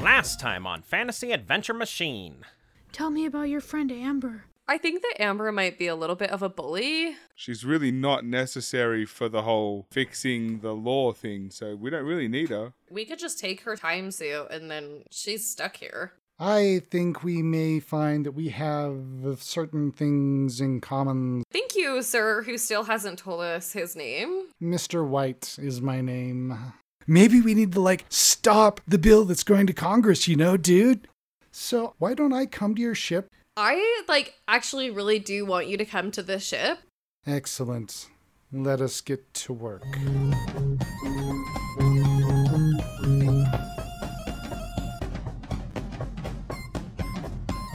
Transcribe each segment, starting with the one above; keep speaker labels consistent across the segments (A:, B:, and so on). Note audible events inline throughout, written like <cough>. A: Last time on Fantasy Adventure Machine.
B: Tell me about your friend Amber.
C: I think that Amber might be a little bit of a bully.
D: She's really not necessary for the whole fixing the law thing, so we don't really need her.
C: We could just take her time suit and then she's stuck here.
E: I think we may find that we have certain things in common.
C: Thank you, sir, who still hasn't told us his name.
E: Mr. White is my name. Maybe we need to, like, stop the bill that's going to Congress, you know, dude? So, why don't I come to your ship?
C: I, like, actually really do want you to come to the ship.
E: Excellent. Let us get to work.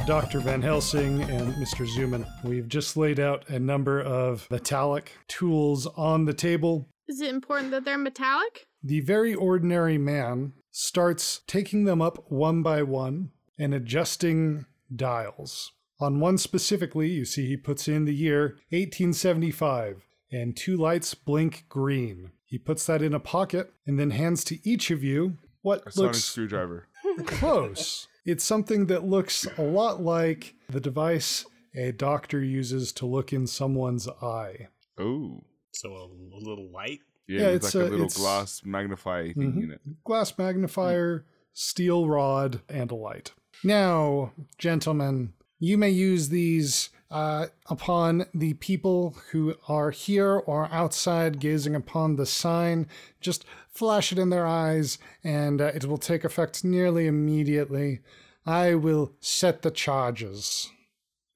F: Dr. Van Helsing and Mr. Zuman, we've just laid out a number of metallic tools on the table.
B: Is it important that they're metallic?
F: The very ordinary man starts taking them up one by one and adjusting dials. On one specifically, you see he puts in the year 1875 and two lights blink green. He puts that in a pocket and then hands to each of you what
D: A sonic
F: looks
D: screwdriver.
F: close. It's something that looks a lot like the device a doctor uses to look in someone's eye.
D: Oh.
G: So a little light.
D: Yeah,
F: Yeah,
D: with
F: it's
D: like a,
F: a-
D: little
F: it's- Mm-hmm.
D: glass magnify thing in it.
F: Glass magnifier, steel rod, and a light. Now, gentlemen, you may use these uh, upon the people who are here or outside gazing upon the sign. Just flash it in their eyes, and uh, it will take effect nearly immediately. I will set the charges.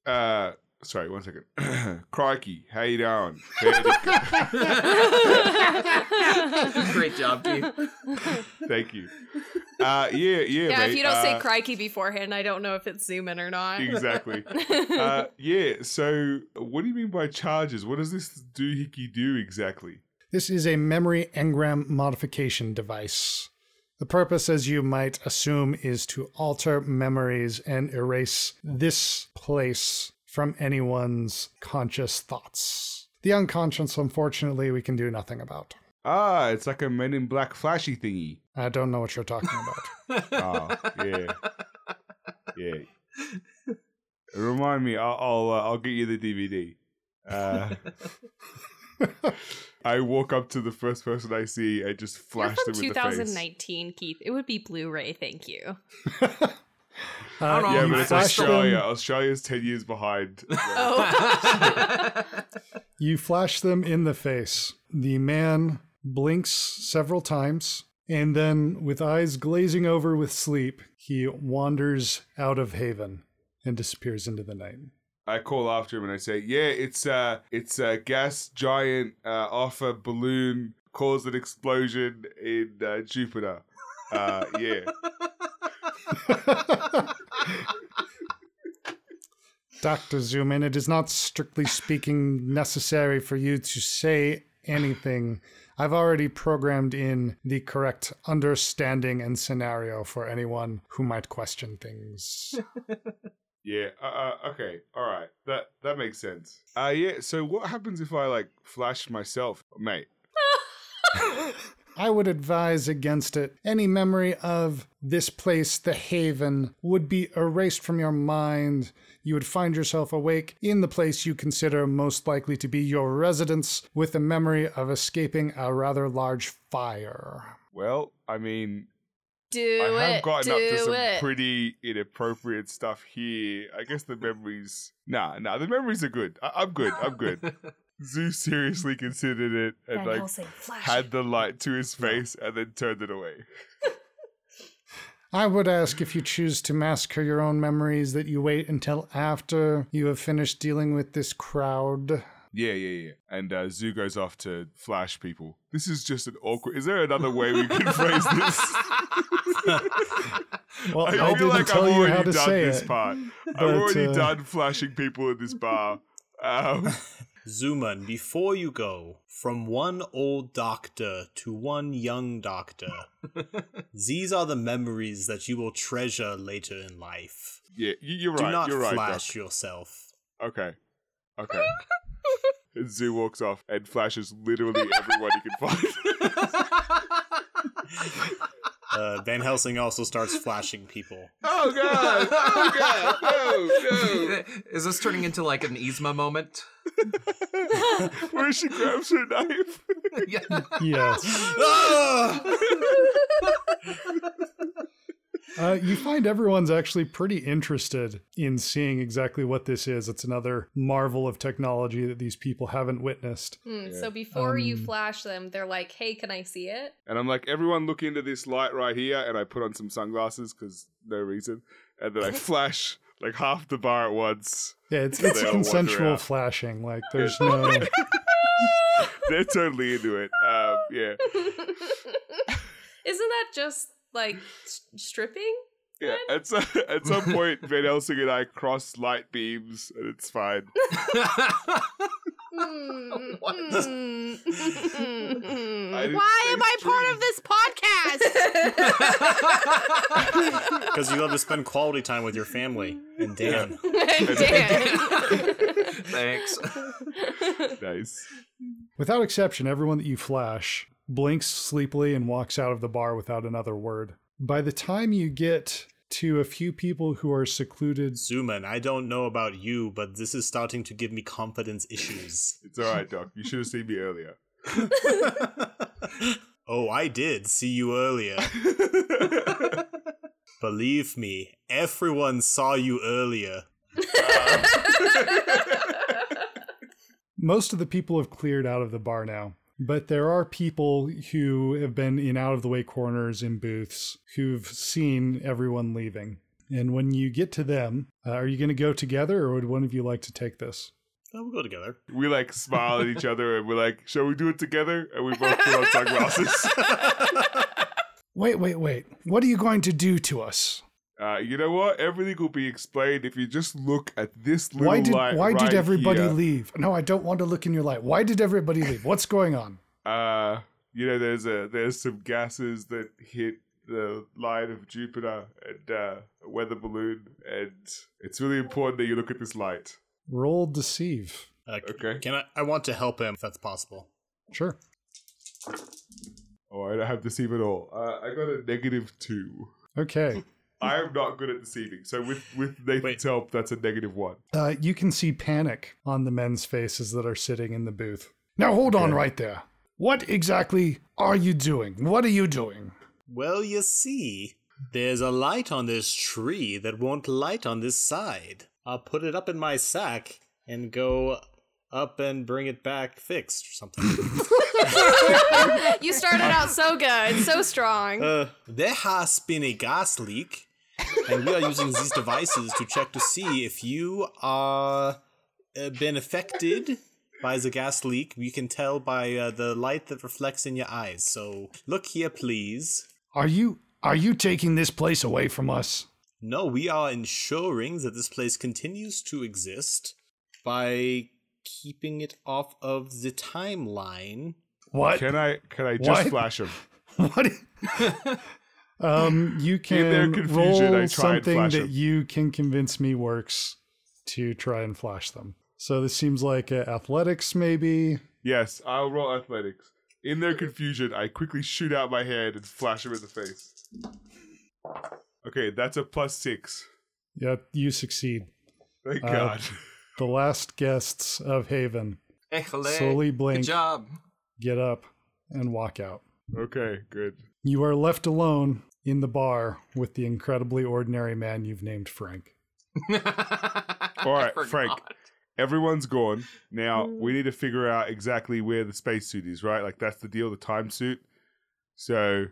D: Uh, sorry, one second. <coughs> Crikey, how you doing?
F: <laughs>
D: Hey,
G: Great job, Keith.
D: Thank you. Uh, yeah, yeah,
C: Yeah,
D: mate.
C: if you don't say
D: uh,
C: crikey beforehand, I don't know if it's zooming or not. <laughs>
D: Exactly. uh, yeah. So, what do you mean by charges? What does this doohickey do exactly?
F: This is a memory engram modification device. The purpose, as you might assume, is to alter memories and erase this place from anyone's conscious thoughts. The unconscious, unfortunately, we can do nothing about.
D: Ah, it's like a Men in Black flashy thingy.
F: I don't know what you're talking about.
G: <laughs>
D: Oh, yeah, yeah. <laughs> Remind me. I'll I'll, uh, I'll get you the DVD. Uh, <laughs> I walk up to the first person I see. I just
C: You're
D: flash
C: from
D: them in the face.
C: 2019, Keith. It would be Blu-ray, thanhank you.
F: Uh,
G: don't know,
D: Yeah,
G: You
D: but it's
F: flash them-
D: Australia. Australia's ten years behind.
C: Oh. <laughs>
F: You flash them in the face. The man blinks several times, and then, with eyes glazing over with sleep, he wanders out of Haven and disappears into the night.
D: I call after him and I say, "Yeah, it's uh, it's a gas giant uh, off a balloon caused an explosion in uh, Jupiter." Uh, yeah,
F: Dr. Zuman, it is not strictly speaking necessary for you to say anything. I've already programmed in the correct understanding and scenario for anyone who might question things.
D: yeah. Uh, uh, okay, all right. That that makes sense. Uh, yeah. So what happens if I like flash myself, mate?
F: I would advise against it. Any memory of this place, the Haven, would be erased from your mind. You would find yourself awake in the place you consider most likely to be your residence with the memory of escaping a rather large fire.
D: Well, I mean,
C: Do
D: I have
C: it.
D: gotten
C: do
D: up to some
C: it.
D: pretty inappropriate stuff here. I guess the memories. <laughs> Nah, nah. The memories are good. I- I'm good. I'm good. Zeus seriously considered it and like had the light to his face and then turned it away.
F: I would ask if you choose to massacre your own memories that you wait until after you have finished dealing with this crowd.
D: Yeah, yeah, yeah. And uh, Zoo goes off to flash people. This is just an awkward. Is there another way we
G: <laughs>
D: can phrase this?
F: Well, I,
D: I, feel
F: didn't
D: like
F: tell
D: I've
F: you
D: already
F: how to
D: done
F: say
D: this
F: it. <laughs>
D: part.
F: but,
D: I've already
F: uh,
D: done flashing people in this bar.
G: <laughs>
D: Um,
G: Zuman, before you go, from one old doctor to one young doctor,
D: <laughs>
G: these are the memories that you will treasure later in life.
D: yeah, you, you're
G: Do
D: right.
G: not
D: you're right. Doc.
G: flash yourself.
D: Okay.
F: <laughs>
D: Okay. and Zoo walks off
F: <laughs>
D: and flashes literally everyone he can find.
G: Uh, Van Helsing also starts flashing people.
D: Oh god! Oh god! No! No!
H: <laughs> Is this turning into like an Yzma moment? <laughs>
D: Where she grabs her knife. <laughs>
H: yeah.
F: Yes.
G: Ah!
F: Uh, you find everyone's actually pretty interested in seeing exactly what this is. It's another marvel of technology that these people haven't witnessed.
C: Mm, So before you
F: Um,
C: flash them, they're like, "Hey, can I see it?"
D: and I'm like, everyone, look into this light right here. And I put on some sunglasses because no reason. And
F: <laughs>
D: then I flash like half the bar at once.
F: Yeah, it's,
D: They
F: it's
D: all wander Oh
F: consensual
D: out.
F: flashing.
D: <laughs>
F: Like, there's no.
D: They're totally into it. Um, yeah.
C: Isn't that just like s- stripping?
D: Yeah, at some, <laughs> at some point, Van Helsing and I cross light beams, and it's <laughs> fine. <laughs>
C: Mm,
H: What?
C: mm, mm, mm.
D: I didn't
B: Why
D: say
B: am I part
D: stream.
B: of this podcast?
G: Because you love to spend quality time with your family and Dan.
C: Damn.
H: Thanks.
D: Nice.
F: Without exception, everyone that you flash blinks sleepily and walks out of the bar without another word. By the time you get to a few people who are secluded,
G: Zuman, I don't know about you, but this is starting to give me confidence issues.
D: It's all right, Doc. You should have seen me earlier.
G: <laughs> oh, I did see you earlier. Believe me, everyone saw you earlier.
F: most of the people have cleared out of the bar now. But there are people who have been in out of the way corners in booths who've seen everyone leaving. And when you get to them, uh, are you going to go together or would one of you like to take this?
G: Oh, we'll go together.
D: We like smile at each other, and we're like, "Shall we do it together?" And we both put on sunglasses.
E: Wait, wait, wait. What are you going to do to us?
D: Uh, you know what? Everything will be explained if you just look at this little
E: Why did
D: light.
E: why
D: right
E: did everybody
D: here.
E: leave? No, I don't want to look in your light. Why did everybody leave? What's going on?
D: Uh, you know, there's a there's some gases that hit the line of Jupiter and uh, a weather balloon, and it's really important that you look at this light.
F: Roll deceive.
G: Uh, c-
D: Okay.
G: Can I? I want to help him if that's possible.
F: Sure.
D: Oh, I don't have deceive at all. Uh, I got a negative two.
F: Okay.
D: I am not good at deceiving, so with with Nathan's
G: Wait.
D: help, that's a negative one.
F: Uh, you can see panic on the men's faces that are sitting in the booth.
E: Now hold on right there. What exactly are you doing? What are you doing?
G: Well, you see, there's a light on this tree that won't light on this side. I'll put it up in my sack and go up and bring it back fixed or something.
C: you started out so good, so strong.
G: uh, there has been a gas leak, and we are using these devices to check to see if you are uh, been affected by the gas leak. We can tell by uh, the light that reflects in your eyes. So look here, please.
E: Are you are you taking this place away from us?
G: No, we are ensuring that this place continues to exist by keeping it off of the timeline.
E: What?
D: Can I can I just
E: What?
D: flash him?
F: <laughs>
E: What?
D: <laughs>
F: Um, you
D: In their
F: can
D: confusion,
F: roll
D: I try and
F: something that
D: flash them.
F: you can convince me works to try and flash them. So this seems like uh, athletics, maybe.
D: Yes, I'll roll athletics. In their confusion, I quickly shoot out my hand and flash him in the face. Okay, that's a plus six.
F: Yeah, you succeed.
D: Thank
F: Uh,
D: God. <laughs>
F: The last guests of Haven
H: Echelé.
F: Slowly blink.
H: Good
F: <laughs>
H: job.
F: get up and walk out.
D: Okay, good.
F: You are left alone in the bar with the incredibly ordinary man you've named Frank.
D: All
H: I
D: right,
H: forgot.
D: Frank. Everyone's gone. Now
C: Mm.
D: we need to figure out exactly where the spacesuit is, right? Like that's the deal, the time suit. So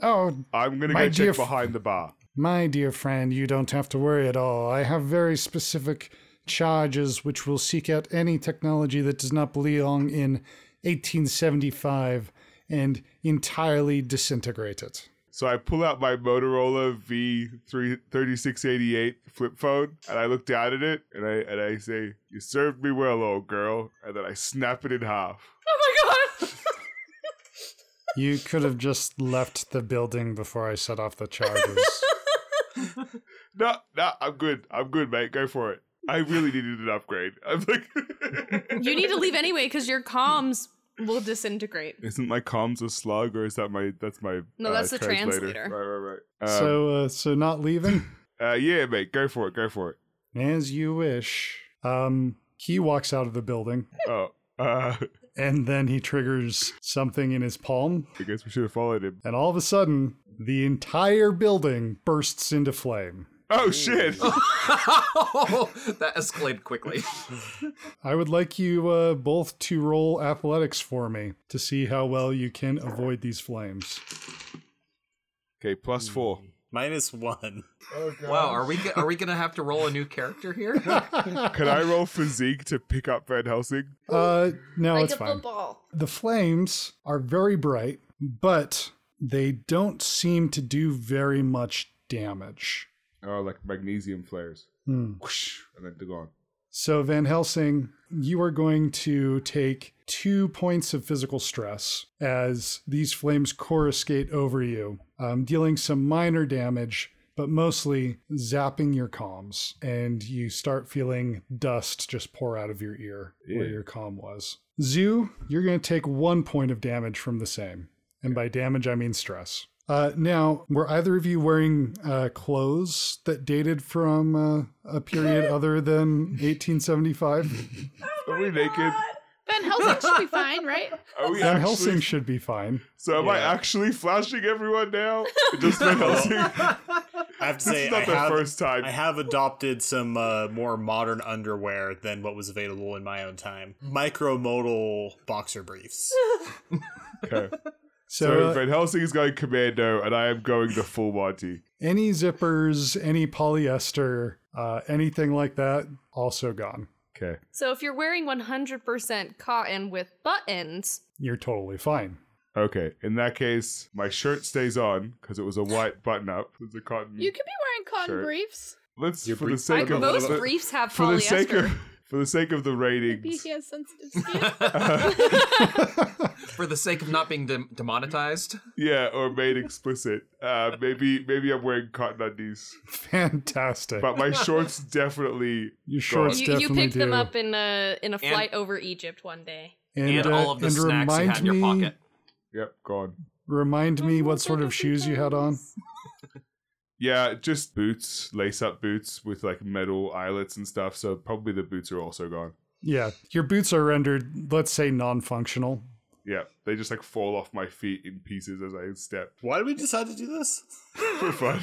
E: Oh,
D: I'm gonna
E: My
D: go
E: dear
D: check
E: f-
D: behind the bar.
E: My dear friend, you don't have to worry at all. I have very specific charges which will seek out any technology that does not belong in 1875 and entirely disintegrate it.
D: So I pull out my Motorola V three thirty six eighty eight flip phone, and I look down at it, and I and I say, "You served me well, old girl," and then I snap it in half.
C: Oh my god.
F: You could have just left the building before I set off the charges.
D: No, no, I'm good. I'm good, mate. Go for it. I really needed an upgrade. I'm like, <laughs>
C: <laughs> You need to leave anyway because your comms will disintegrate.
D: Isn't my comms a slug, or is that my that's my
C: No,
D: uh,
C: that's the
D: translator.
C: translator.
D: Right, right, right. Um,
F: so, uh, so not leaving
D: uh, yeah, mate, go for it,
B: <laughs>
D: go for it.
F: as you wish. Um, he walks out of the building,
D: Oh, uh,
F: and then he triggers something in his palm,
D: I guess we should have followed him.
F: and all of a sudden, the entire building bursts into flame.
B: <laughs>
D: Oh shit!
H: <laughs> that escalated quickly.
F: I would like you uh, both to roll athletics for me to see how well you can avoid these flames.
D: Okay, plus four.
G: Minus one.
H: wow, are we go- are we gonna have to roll a new character here? <laughs>
D: Can I roll physique to pick up Van Helsing?
F: Uh, no,
C: like
F: it's
C: a
F: fine.
C: football.
F: The flames are very bright, but they don't seem to do very much damage.
D: Oh, like magnesium flares,
F: Hmm.
D: Whoosh, and then they're gone.
F: So, Van Helsing, you are going to take two points of physical stress as these flames coruscate over you, um, dealing some minor damage, but mostly zapping your comms. And you start feeling dust just pour out of your ear where
D: Ew.
F: your comm was. Zoo, you're going to take one point of damage from the same. And by damage, I mean stress. Uh, now, were either of you wearing uh, clothes that dated from uh, a period other than 1875?
D: Are we naked?
B: Oh Van Helsing should be fine, right?
D: <laughs> Are we
F: Van
D: actually?
F: Helsing should be fine.
D: So am I
G: Yeah.
D: actually flashing
B: <laughs>
D: everyone now? Just Van Helsing.
G: I have
D: This
G: to say,
D: is not
G: I
D: the
G: have,
D: first time.
G: I have adopted some uh, more modern underwear than what was available in my own time. Micromodal
D: <laughs>
G: boxer briefs.
D: Okay.
F: So,
D: So
F: uh,
D: Van Helsing is going commando, and I am going the full Monty.
F: any zippers, any polyester, uh, anything like that, also gone.
D: Okay.
C: So if you're wearing 100% cotton with buttons,
F: You're totally fine. <laughs>
D: Okay. In that case, my shirt stays on because it was a white button up. It's a cotton.
B: You could be wearing cotton
D: Sure.
B: briefs.
D: Let's
H: Your
D: for the
H: brief-
C: I,
D: sake of
C: most
D: for the-
C: briefs have
D: for
C: polyester.
D: the sake of <laughs> for the sake of the
B: Maybe <laughs>
D: ratings.
B: he has sensitive skin.
H: For the sake of not being dem demonetized.
D: Yeah, or made explicit. Uh, maybe maybe I'm wearing cotton undies,
F: Fantastic.
D: but
H: <laughs>
D: my shorts definitely.
F: Your shorts
C: you,
F: definitely
C: you picked
F: do.
C: them up in a in a
H: And-
C: flight over Egypt one day.
F: and,
H: And,
F: uh,
H: all of the
F: and
H: snacks you
F: remind
H: had in your
F: me,
H: pocket.
D: Yep, gone.
F: Remind me what sort of shoes you had on.
D: Yeah, just boots, lace up boots with like metal eyelets and stuff. So probably the boots are also gone.
F: Yeah, your boots are rendered, let's say, non-functional.
D: Yeah, they just like fall off my feet in pieces as I step
G: Why did we decide to do this?
D: <laughs> for fun.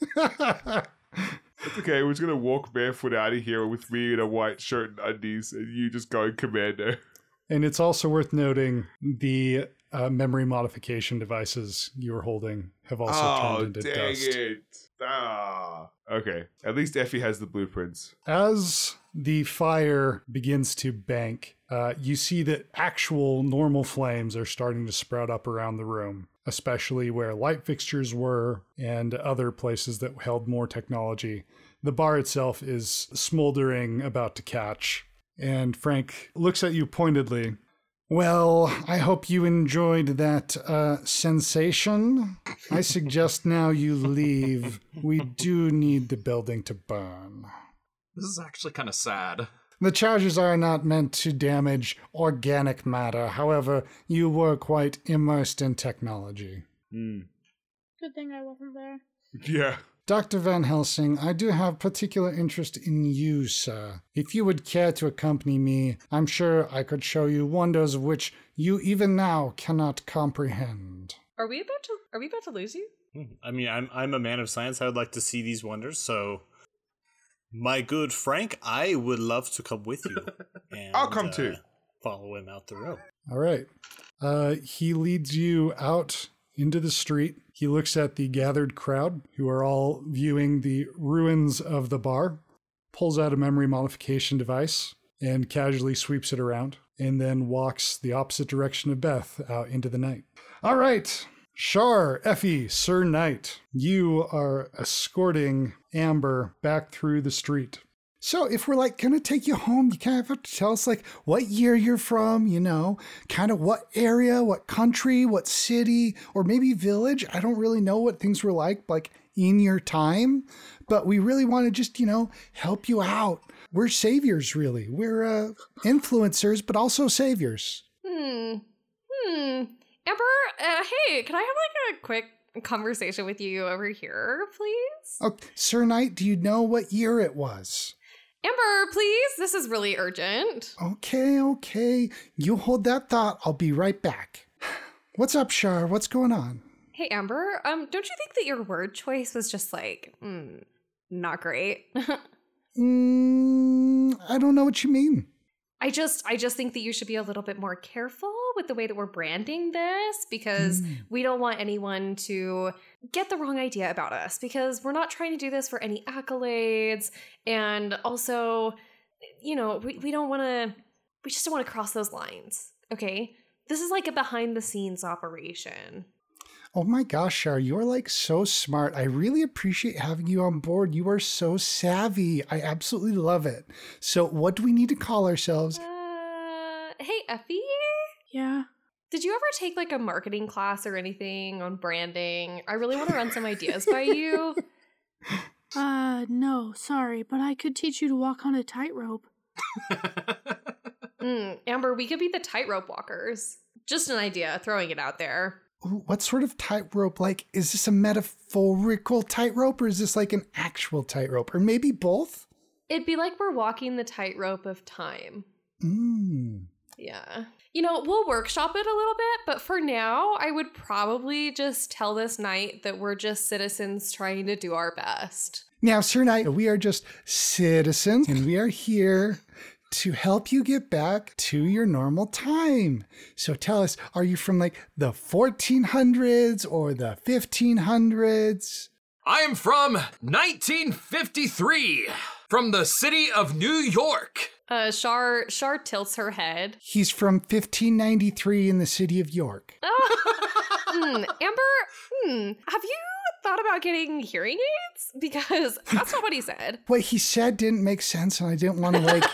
D: It's okay, we're just gonna walk barefoot out of here with me in a white shirt and undies, and you just going commando.
F: <laughs> And it's also worth noting the uh, memory modification devices you were holding have also turned into
D: Oh, dang
F: dust.
D: it! Ah. Okay, at least Effie has the blueprints.
F: As the fire begins to bank, uh, you see that actual normal flames are starting to sprout up around the room, especially where light fixtures were and other places that held more technology. The bar itself is smoldering, about to catch. And Frank looks at you pointedly. Well, I hope you enjoyed that uh, sensation. I suggest now you leave. We do need the building to burn.
H: This is actually kind of sad.
F: The charges are not meant to damage organic matter. However, you were quite immersed in technology.
D: Hmm.
B: Good thing I wasn't there.
D: Yeah.
F: Dr. Van Helsing, I do have particular interest in you, sir. If you would care to accompany me, I'm sure I could show you wonders of which you even now cannot comprehend.
C: Are we about to are we about to lose you?
G: I mean, I'm I'm a man of science. I would like to see these wonders. So, my good Frank, I would love to come with
D: <laughs>
G: you. And, uh,
D: I'll come too.
G: Follow him out
D: <laughs>
G: the room.
F: All right. Uh, he leads you out into the street. He looks at the gathered crowd who are all viewing the ruins of the bar, pulls out a memory modification device, and casually sweeps it around, and then walks the opposite direction of Beth out into the night. All right. Shar, Effie, Sir Knight, you are escorting Amber back through the street. So if we're like gonna take you home, you kind of have to tell us like what year you're from, you know, kind of what area, what country, what city, or maybe village. I don't really know what things were like like in your time, but we really want to just you know help you out. We're saviors, really. We're uh, influencers, but also saviors.
C: Hmm. Hmm. Amber, uh, hey, can I have like a quick conversation with you over here, please?
F: Oh, Sir Knight, do you know what year it was?
C: Amber, please. This is really urgent.
F: Okay, okay. You hold that thought. I'll be right back. <sighs> What's up, Shar? What's going on?
C: Hey, Amber. Um, don't you think that your word choice was just like, mm, not great? <laughs>
F: Mm, I don't know what you mean.
C: I just I just think that you should be a little bit more careful with the way that we're branding this because we don't want anyone to get the wrong idea about us because we're not trying to do this for any accolades and also you know we, we don't want to we just don't want to cross those lines okay this is like a behind the scenes operation
F: Oh my gosh, Shar, you're like so smart. I really appreciate having you on board. You are so savvy. I absolutely love it. So, what do we need to call ourselves?
C: uh, hey effie
B: Yeah.
C: did you ever take like a marketing class or anything on branding i really want to run some ideas by you
B: Uh, no, sorry, but I could teach you to walk on a tightrope.
C: Mm, Amber, we could be the tightrope walkers. Just an idea, throwing it out there.
F: Ooh, What sort of tightrope? Like, is this a metaphorical tightrope or is this like an actual tightrope? Or maybe both?
C: It'd be like we're walking the tightrope of time.
F: Mm.
C: Yeah. You know, we'll workshop it a little bit, but for now, I would probably just tell this knight that we're just citizens trying to do our best.
F: Now, Sir Knight, we are just citizens and we are here to help you get back to your normal time. So tell us, are you from like the 1400s or the 1500s?
H: I am from 1953, from the city of New York.
C: Uh, Shar Shar tilts her <laughs> head.
F: He's from 1593 in the city of York.
C: Oh. Hmm, Amber, hmm, have you thought about getting hearing aids? Because that's not what he said.
F: What he said didn't make sense and I didn't want to like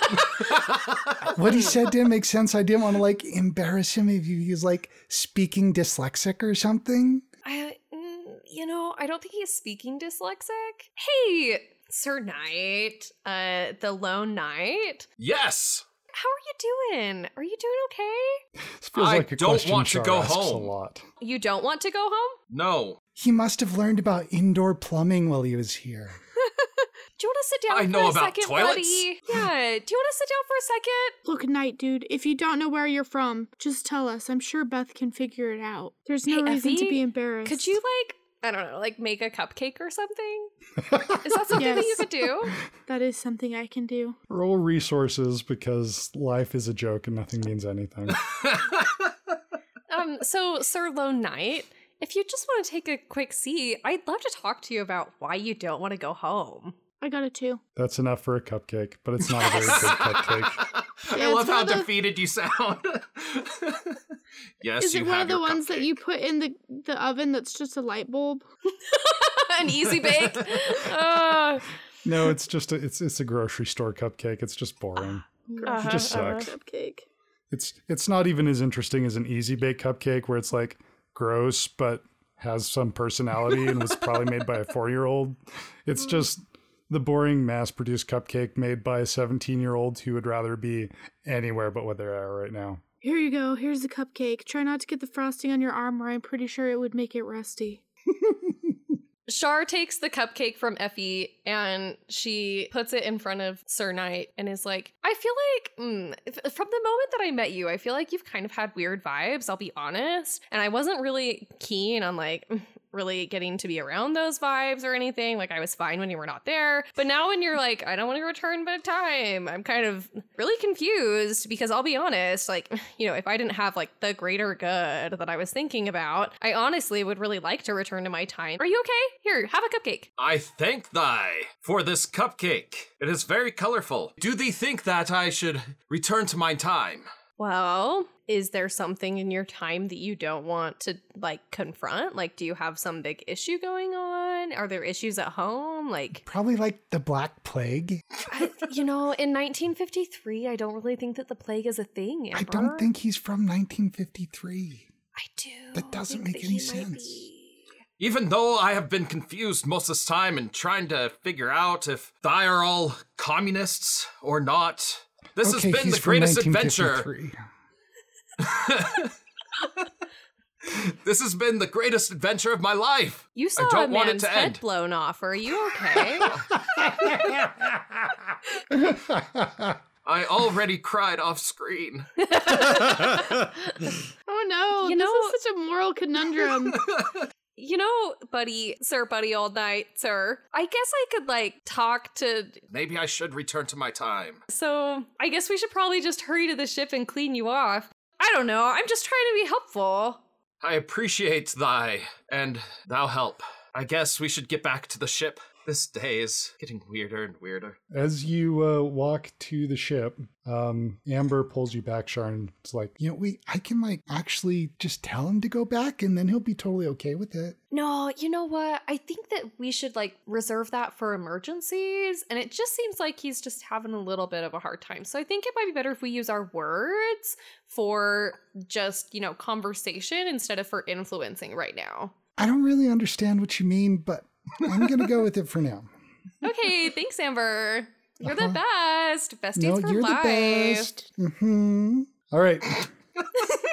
F: What he said didn't make sense. I didn't want to like embarrass him if he was like speaking dyslexic or something.
C: I, mm, you know, I don't think he's speaking dyslexic. Hey, Sir Knight, uh, the lone knight.
H: Yes,
C: How are you doing? Are you doing okay?
E: This feels
H: I
E: like a
H: don't
E: question
H: want to
E: Shar
H: go
E: asks
H: home.
E: a lot.
C: You don't want to go home?
H: no,
F: He must have learned about indoor plumbing while he was here.
C: Do you want to sit down
H: I
C: for
H: know
C: a
H: about
C: second,
H: toilets.
C: buddy? Yeah. Do you want to sit down for a second?
B: Look, Knight, dude, if you don't know where you're from, just tell us. I'm sure Beth can figure it out. There's no
C: Hey,
B: reason
C: Effie,
B: to be embarrassed.
C: Could you like, I don't know, like make a cupcake or something? Is that something that you
B: Yes.
C: could do?
B: That is something I can do.
E: Roll resources because life is a joke and nothing
F: <laughs>
E: means anything.
C: Um, so Sir Lone Knight, if you just want to take a quick seat, I'd love to talk to you about why you don't want to go home.
B: I got it too.
E: That's enough for a cupcake, but it's not
F: <laughs>
E: a very good cupcake.
B: Yeah,
H: <laughs> I
B: it's
H: love
B: one
H: how
B: of those-
H: defeated you sound. <laughs> yes,
B: Is
H: you
B: it one
H: have
B: of the
H: your
B: ones that
H: cupcake.
B: you put in the the oven that's just a light bulb?
C: <laughs> An easy bake. Uh,
E: No, it's just a, it's it's a grocery store cupcake. It's just boring.
C: uh-huh,
E: just
C: uh-huh.
E: sucks.
B: Cupcake.
E: It's it's not even as interesting as an easy bake cupcake where it's like gross but has some personality and was probably
F: <laughs>
E: made by a 4-year-old. It's just the boring mass-produced cupcake made by a 17-year-old who would rather be anywhere but where they are right now.
B: Here you go. Here's the cupcake. Try not to get the frosting on your arm, or I'm pretty sure it would make it rusty.
C: Shar takes the cupcake from Effie and she puts it in front of Sir Knight and is like, I feel like, mm, f- from the moment that I met you, I feel like you've kind of had weird vibes, I'll be honest. And I wasn't really keen on like really getting to be around those vibes or anything. Like I was fine when you were not there. But now when you're like, I don't want to return but time, I'm kind of really confused because I'll be honest, like, <sighs> you know, if I didn't have like the greater good that I was thinking about, I honestly would really like to return to my time. Are you okay? Here, have a cupcake.
H: I thank thee for this cupcake. It is very colorful. Do thee think that I should return to my time?
C: Well, is there something in your time that you don't want to like confront? Like, do you have some big issue going on? Are there issues at home? Like,
F: Probably like the Black Plague.
C: I, you know, in 1953, I don't really think that the plague is a thing.
F: I don't
C: Amber.
F: think he's from 1953.
C: I do.
F: That doesn't
C: think
F: make
C: that
F: any
C: he might
F: sense.
C: be.
H: Even though I have been confused most of this time and trying to figure out if they are all communists or not, this
F: okay,
H: has been
F: he's
H: the
F: from
H: greatest adventure.
F: 1953.
H: This has been the greatest adventure of my life.
C: You saw
H: don't
C: a
H: want it
C: man's
H: to
C: head
H: end.
C: blown off. Are you
H: <laughs>
C: okay?
H: I already cried off screen.
B: Oh no,
C: You
B: this
C: know-
B: is such a moral conundrum.
C: you know, buddy, sir, buddy, all night, sir. I guess I could like talk to.
H: Maybe I should return to my time.
C: So I guess we should probably just hurry to the ship and clean you off. I don't know. I'm just trying to be helpful.
H: I appreciate thy and thou help. I guess we should get back to the ship. This day is getting weirder and weirder.
F: As you uh, walk to the ship, um, Amber pulls you back, Sharon. It's like, you know, we I can like actually just tell him to go back, and then he'll be totally okay with it.
C: No, you know what? I think that we should like reserve that for emergencies. And it just seems like he's just having a little bit of a hard time. So I think it might be better if we use our words for just, you know, conversation instead of for influencing right now.
F: I don't really understand what you mean, but I'm gonna go with it for now. <laughs>
C: Okay, thanks, Amber. You're the best. Best
F: Uh-huh. no,
C: for
F: you're
C: life.
F: the best. hmm All right.
I: <laughs>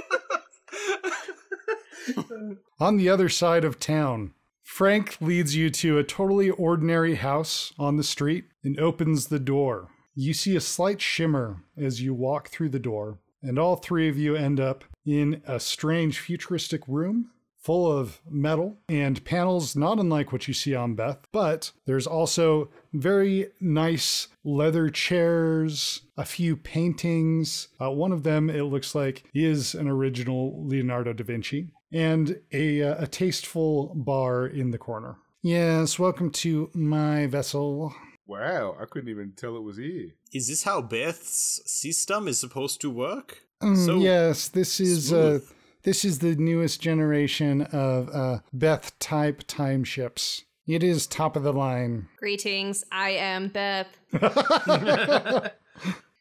I: On the other side of town, Frank leads you to a totally ordinary house on the street and opens the door. You see a slight shimmer as you walk through the door, and all three of you end up in a strange futuristic room full of metal and panels not unlike what you see on Beth, but there's also very nice leather chairs, a few paintings. Uh, one of them, it looks like, is an original Leonardo da Vinci, and a, uh, a tasteful bar in the corner. Yes, welcome to my vessel.
D: Wow, I couldn't even tell it was here.
G: Is this how Beth's system is supposed to work?
F: Mm,
G: So-
F: yes, this is uh,
G: smooth.
F: this is the newest generation of uh, Beth type time ships. It is top of the line.
C: Greetings. I am Beth.
F: <laughs>
C: <laughs>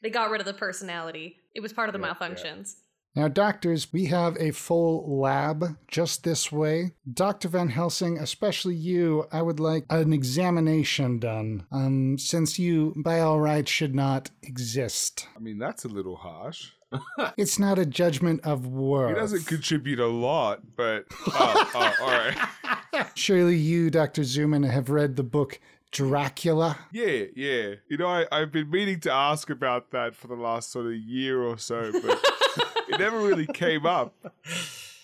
C: they got rid of the personality, it was part of the malfunctions.
F: Now, doctors, we have a full lab just this way. Dr. Van Helsing, especially you, I would like an examination done, um, since you, by all rights, should not exist.
D: I mean, that's a little harsh.
F: It's not a judgment of worth.
D: He doesn't contribute a lot,
F: <laughs>
D: but oh, oh, all right.
F: Surely you, Dr. Zuman, have read the book Dracula?
D: Yeah, yeah. You know, I, I've been meaning to ask about that for the last sort of year or so, <laughs> but it never really came up.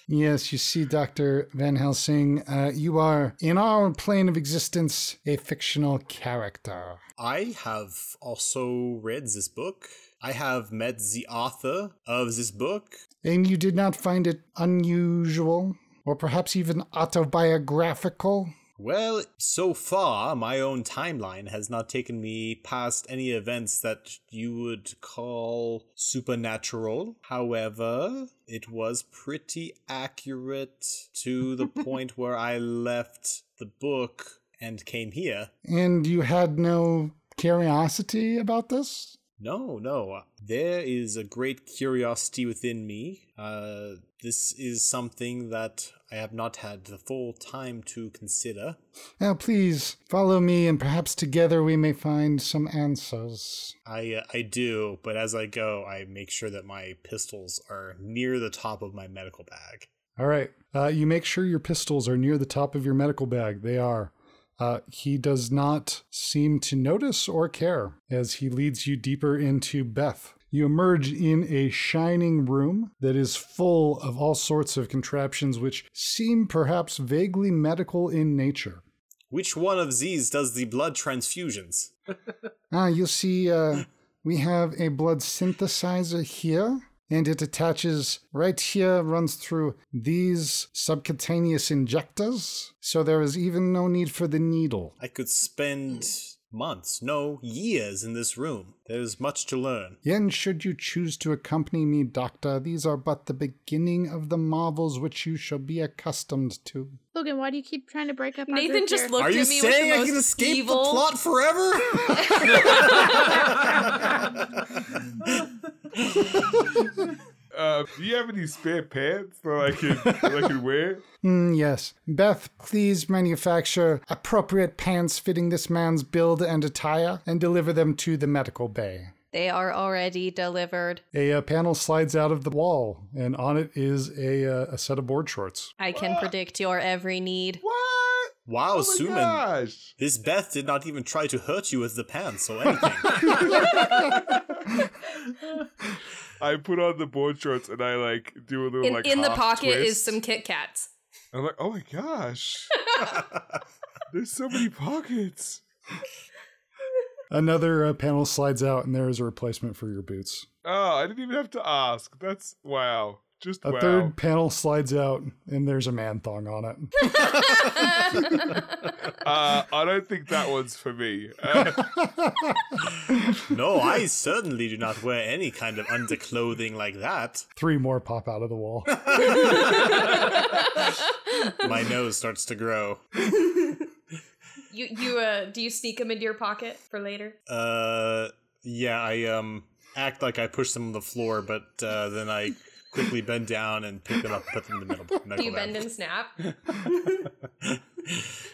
F: Yes, you see, Dr. Van Helsing, uh, you are, in our plane of existence, a fictional character.
G: I have also read this book. I have met the author of this book.
F: And you did not find it unusual, or perhaps even autobiographical?
G: Well, so far, my own timeline has not taken me past any events that you would call supernatural. However, it was pretty accurate to the point where I left the book and came here.
F: And you had no curiosity about this?
G: No, no. Uh, There is a great curiosity within me. Uh, this is something that I have not had the full time to consider.
F: Now, please follow me, and perhaps together we may find some answers.
G: I uh, I do, but as I go, I make sure that my pistols are near the top of my medical bag.
F: All right. Uh, you make sure your pistols are near the top of your medical bag. They are. Uh, he does not seem to notice or care as he leads you deeper into Beth. You emerge in a shining room that is full of all sorts of contraptions which seem perhaps vaguely medical in nature.
G: Which one of these does the blood transfusions?
F: Ah, you'll see uh, we have a blood synthesizer here, and it attaches right here, runs through these subcutaneous injectors. So there is even no need for the needle.
G: I could spend months, no, years in this room. There's much to learn.
F: Yen, should you choose to accompany me, Doctor, these are but the beginning of the marvels which you shall be accustomed to.
B: <laughs> Logan, why do you keep trying to break up? our
C: Nathan
B: group
C: just
B: here?
C: looked
G: Are
C: at
G: you
C: me with
G: saying
C: the
G: I
C: most
G: can escape
C: evil.
G: the plot
C: <laughs>
G: forever?
D: Uh, do you have any spare pants that I can that I can wear?
F: Hmm, yes. Beth, please manufacture appropriate pants fitting this man's build and attire and deliver them to the medical bay.
C: They are already delivered.
F: A uh, panel slides out of the wall, and on it is a, uh, a set of board shorts.
C: I can predict your every need.
D: What?
G: Wow,
D: Oh my
G: Suman.
D: gosh.
G: This Beth did not even try to hurt you with the pants or anything.
D: I put on the board shorts and I like do a little
C: In,
D: like
C: in the
D: half
C: pocket is
D: twist.
C: some Kit Kats.
D: I'm like, oh my
C: <laughs>
D: gosh. There's so many pockets.
F: Another uh, panel slides out, and there is a replacement for your boots.
D: Oh, I didn't even have to ask. That's wow. Just
F: A
D: wow.
F: third panel slides out, and there's a man thong on it. <laughs>
D: Uh, I don't think that one's for me.
C: <laughs>
D: Uh,
G: no, I certainly do not wear any kind of underclothing like that.
F: Three more pop out of the wall.
G: My nose starts to grow.
C: You you uh do you sneak them into your pocket for later?
G: Uh, yeah, I um act like I push them on the floor, but uh, then I quickly bend down and pick them up, and put them in the middle.
C: <laughs> Do you
G: knuckle
C: bend
G: down.
C: and snap?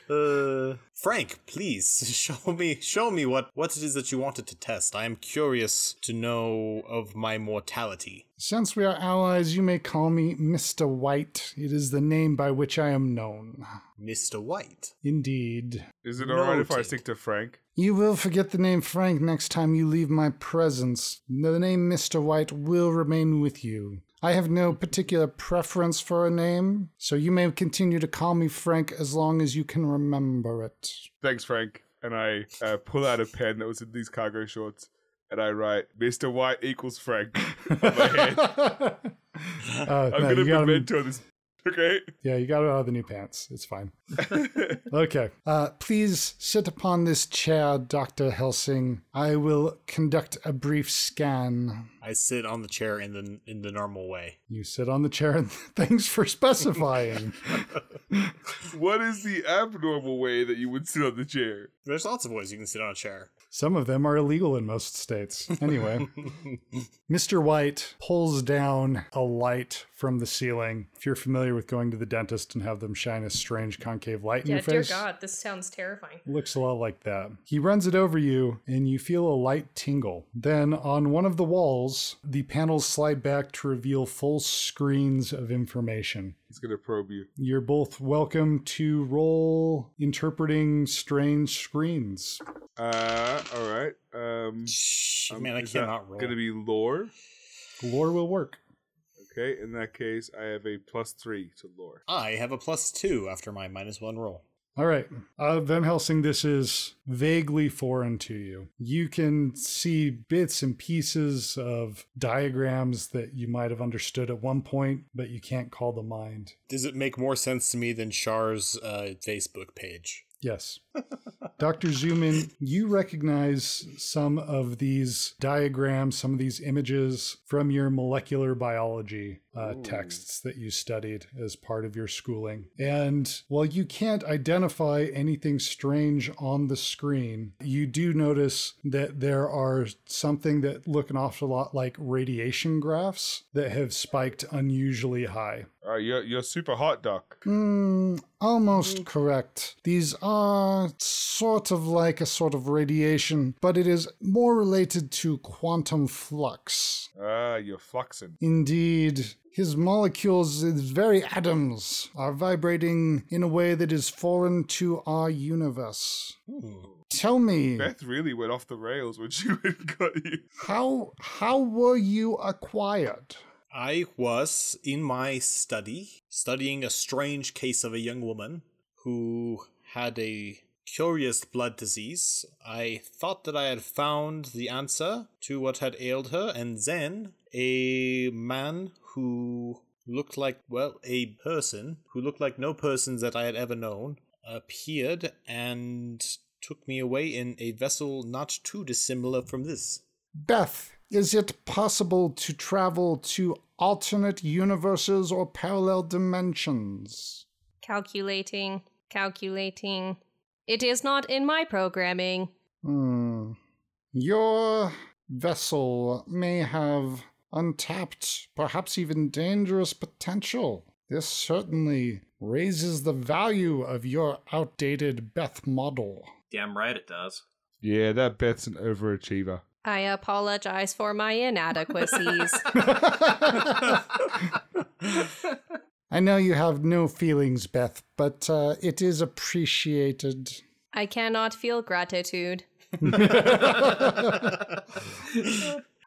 G: Uh, Frank, please <laughs> show me show me what what it is that you wanted to test. I am curious to know of my mortality.
F: Since we are allies, you may call me Mr. White. It is the name by which I am known.
G: Mr. White.
F: Indeed.
D: is it alright if I
G: Noted.
D: stick to Frank?
F: You will forget the name Frank next time you leave my presence. The name Mr. White will remain with you. I have no particular preference for a name, so you may continue to call me Frank as long as you can remember
D: <laughs>
F: it.
D: Thanks, Frank. And I uh, pull out a pen that was in these cargo shorts and I write, Mr. White equals Frank.
F: Uh,
D: I'm
F: no,
D: gonna
F: you got 'em-
D: memento this. <laughs> Okay.
F: Yeah, you got it out of the new pants.
D: <laughs>
F: It's fine. okay. Uh, please sit upon this chair, Dr. Helsing. I will conduct a brief scan.
G: I sit on the chair in the in the normal way.
F: You sit on the chair, and <laughs> thanks for specifying.
D: What is the abnormal way that you would sit on the chair?
G: There's lots of ways you can sit on a chair.
F: Some of them are illegal in most states. Anyway, Mr. White pulls down a light from the ceiling. If you're familiar with going to the dentist and have them shine a strange concave light in
C: Yeah,
F: your face,
C: dear God, this sounds terrifying.
F: Looks a lot like that. He runs it over you, and you feel a light tingle. Then, on one of the walls, the panels slide back to reveal full screens of information.
D: He's gonna probe you.
F: You're both welcome to roll interpreting strange screens.
D: Uh, all right. Um,
G: Shh,
D: um,
G: man, I
D: is that
G: cannot roll.
D: Gonna be lore.
F: Lore will work.
D: Okay. In that case, I have a plus three to lore.
G: I have a plus two after my minus one roll.
F: All right. Uh, Van Helsing, this is vaguely foreign to you. You can see bits and pieces of diagrams that you might have understood at one point, but you can't call to mind.
G: Does it make more sense to me than Char's uh, Facebook page?
F: Yes. Dr. Zuman, you recognize some of these diagrams, some of these images from your molecular biology uh, texts that you studied as part of your schooling. And while you can't identify anything strange on the screen, you do notice that there are something that look an awful lot like radiation graphs that have spiked unusually high.
D: All right. You're you're super hot, Doc.
F: Hmm, almost correct. These are sort of like a sort of radiation, but it is more related to quantum flux.
D: Ah, you're fluxing.
F: Indeed, his molecules, his very atoms, are vibrating in a way that is foreign to our universe. Tell me,
D: Beth really went off the rails when <laughs> she went and got you.
F: how how were you acquired?
G: I was in my study studying a strange case of a young woman who had a curious blood disease. I thought that I had found the answer to what had ailed her, and then a man who looked like, well, a person who looked like no persons that I had ever known appeared and took me away in a vessel not too dissimilar from this.
F: Beth, is it possible to travel to alternate universes or parallel dimensions?
C: Calculating, calculating. It is not in my programming.
F: Hmm. Your vessel may have untapped, perhaps even dangerous potential. This certainly raises the value of your outdated Beth model.
J: <laughs>
F: <laughs>
J: Damn right it does.
D: Yeah, that Beth's an overachiever.
C: I apologize for my inadequacies.
F: I know you have no feelings, Beth, but uh, it is appreciated.
C: I cannot feel gratitude.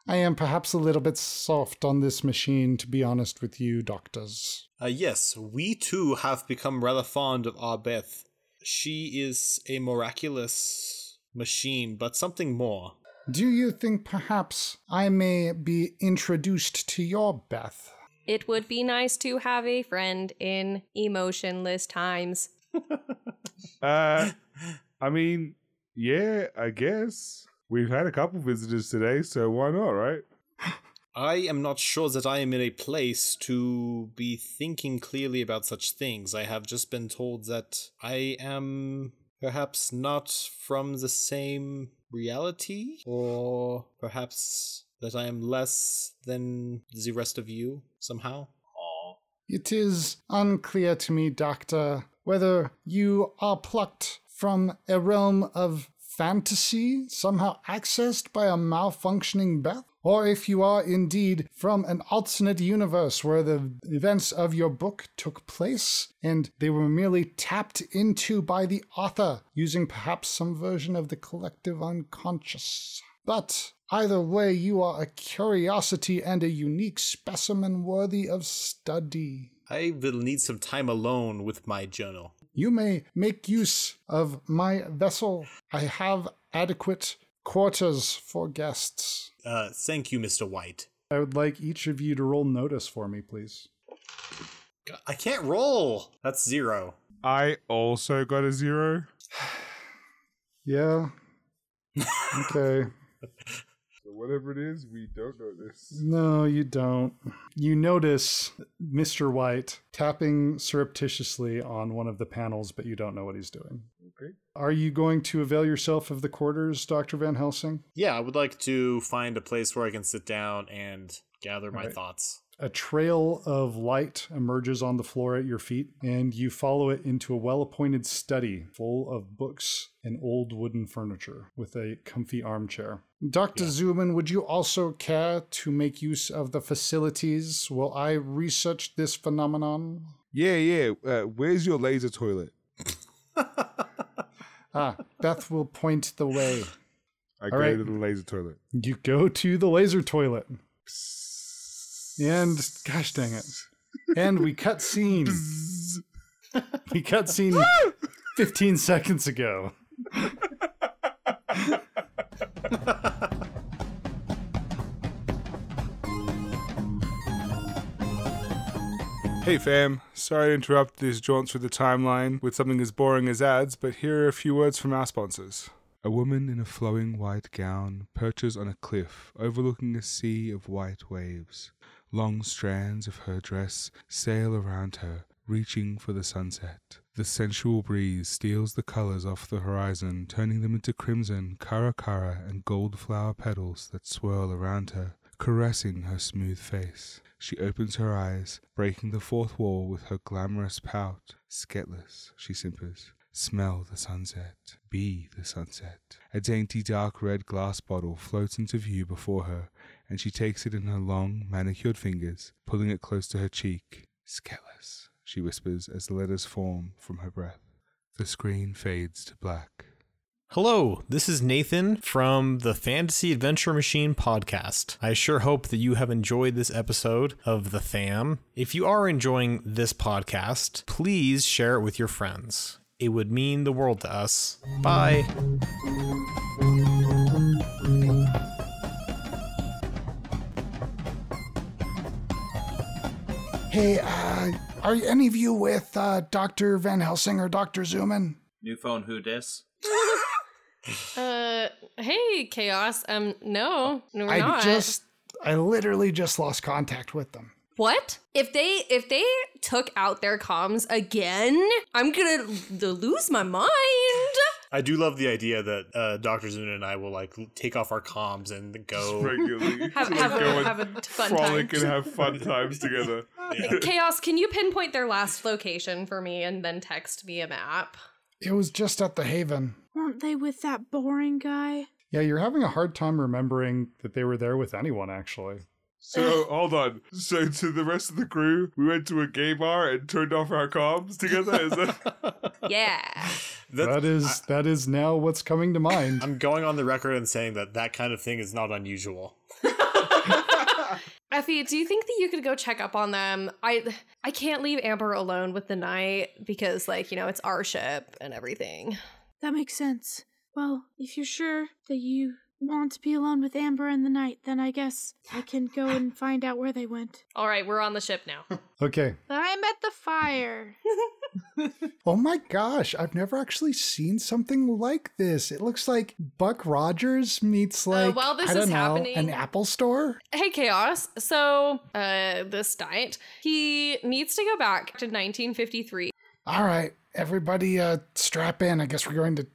F: I am perhaps a little bit soft on this machine, to be honest with you, doctors.
G: Uh, yes, we too have become rather fond of our Beth. She is a miraculous machine, but something more.
F: Do you think perhaps I may be introduced to your Beth?
C: It would be nice to have a friend in emotionless times.
D: Uh, I mean, yeah, I guess we've had a couple visitors today, so why not, right?
G: I am not sure that I am in a place to be thinking clearly about such things. I have just been told that I am perhaps not from the same reality, or perhaps that I am less than the rest of you somehow.
F: It is unclear to me, Doctor, whether you are plucked from a realm of fantasy, somehow accessed by a malfunctioning Beth, or if you are indeed from an alternate universe where the events of your book took place and they were merely tapped into by the author using perhaps some version of the collective unconscious. But either way, you are a curiosity and a unique specimen worthy of study.
G: I will need some time alone with my journal.
F: You may make use of my vessel. I have adequate quarters for guests.
G: Uh, thank you, Mr. White.
E: I would like each of you to roll notice for me, please.
G: I can't roll. That's zero.
D: I also got a zero.
E: Yeah. Okay.
D: So whatever it is, we don't know this.
E: No, you don't. You notice Mr. White tapping surreptitiously on one of the panels, but you don't know what he's doing.
D: Okay.
E: Are you going to avail yourself of the quarters, Dr. Van Helsing?
G: Yeah, I would like to find a place where I can sit down and gather my
E: Alright.
G: thoughts.
E: A trail of light emerges on the floor at your feet, and you follow it into a well appointed study full of books and old wooden furniture with a comfy armchair.
F: Dr. Zuman, would you also care to make use of the facilities while I research this phenomenon?
D: Yeah, yeah. Uh, where's your laser toilet?
F: Ah, Beth will point the way.
D: I go
E: right.
D: to the laser toilet.
E: You go to the laser toilet. And gosh dang it. And we cut scene. we cut scene 15 seconds ago.
D: Hey fam, sorry to interrupt these jaunts through the timeline with something as boring as ads, but here are a few words from our sponsors. A woman in a flowing white gown perches on a cliff overlooking a sea of white waves. Long strands of her dress sail around her, reaching for the sunset. The sensual breeze steals the colors off the horizon, turning them into crimson, cara cara, and gold flower petals that swirl around her, caressing her smooth face. She opens her eyes, breaking the fourth wall with her glamorous pout. Sketless, she simpers. Smell the sunset. Be the sunset. A dainty dark red glass bottle floats into view before her, and she takes it in her long, manicured fingers, pulling it close to her cheek. Sketless, she whispers as the letters form from her breath. The screen fades to black.
J: Hello, this is Nathan from the Fantasy Adventure Machine podcast. I sure hope that you have enjoyed this episode of The Fam. If you are enjoying this podcast, please share it with your friends. It would mean the world to us. Bye.
F: Hey, uh, are any of you with uh, Dr. Van Helsing or Dr. Zuman?
K: New phone, who dis?
C: Uh, hey, chaos. Um, no, we're
F: I
C: not.
F: just, I literally just lost contact with them.
C: What if they if they took out their comms again? I'm gonna l- lose my mind.
G: I do love the idea that uh, Dr. Zuna and I will like take off our comms and go.
D: Regularly.
C: Have, have, a, have a fun time.
D: frolic and have fun
C: <laughs>
D: times together.
C: Chaos, can you pinpoint their last location for me and then text me a map?
F: It was just at the Haven.
B: Weren't they with that boring guy?
F: Yeah, you're having a hard time remembering that they were there with anyone, actually.
L: So hold on. So to the rest of the crew, we went to a gay bar and turned off our comms together. Is
G: <laughs>
L: that?
D: <laughs>
C: Yeah.
F: That's, that is that is now what's coming to mind.
G: <laughs> I'm going on the record and saying that that kind of thing is not unusual.
C: Effie, do you think that you could go check up on them? I I can't leave Amber alone with the night because like, you know, it's our ship and everything.
B: That makes sense. Well, if you're sure that you want to be alone with Amber in the night, then I guess I can go
C: <laughs>
B: and find out where they went.
C: All right, we're on the ship now.
F: Okay.
B: I'm at the fire.
F: Oh my gosh, I've never actually seen something like this. It looks like Buck Rogers meets like
C: Uh, while this
F: I don't
C: is
F: know,
C: happening-
F: an Apple store.
C: hey, Chaos. So, uh this night, he needs to go back to 1953.
F: All right, everybody uh strap in. I guess we're going to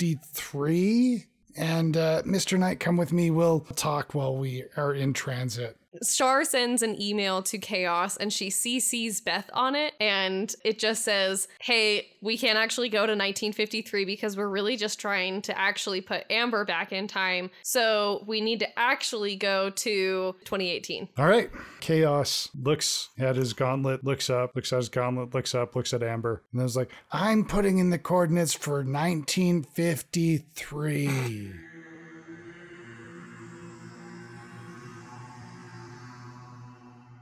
F: 1953 and uh Mr. Knight come with me. We'll talk while we are in transit.
C: Shar sends an email to Chaos and she CCs Beth on it. And it just says, Hey, we can't actually go to 1953 because we're really just trying to actually put Amber back in time. So we need to actually go to 2018.
F: All right. Chaos looks at his gauntlet, looks up, looks at his gauntlet, looks up, looks at Amber, and I was like, I'm putting in the coordinates for 1953.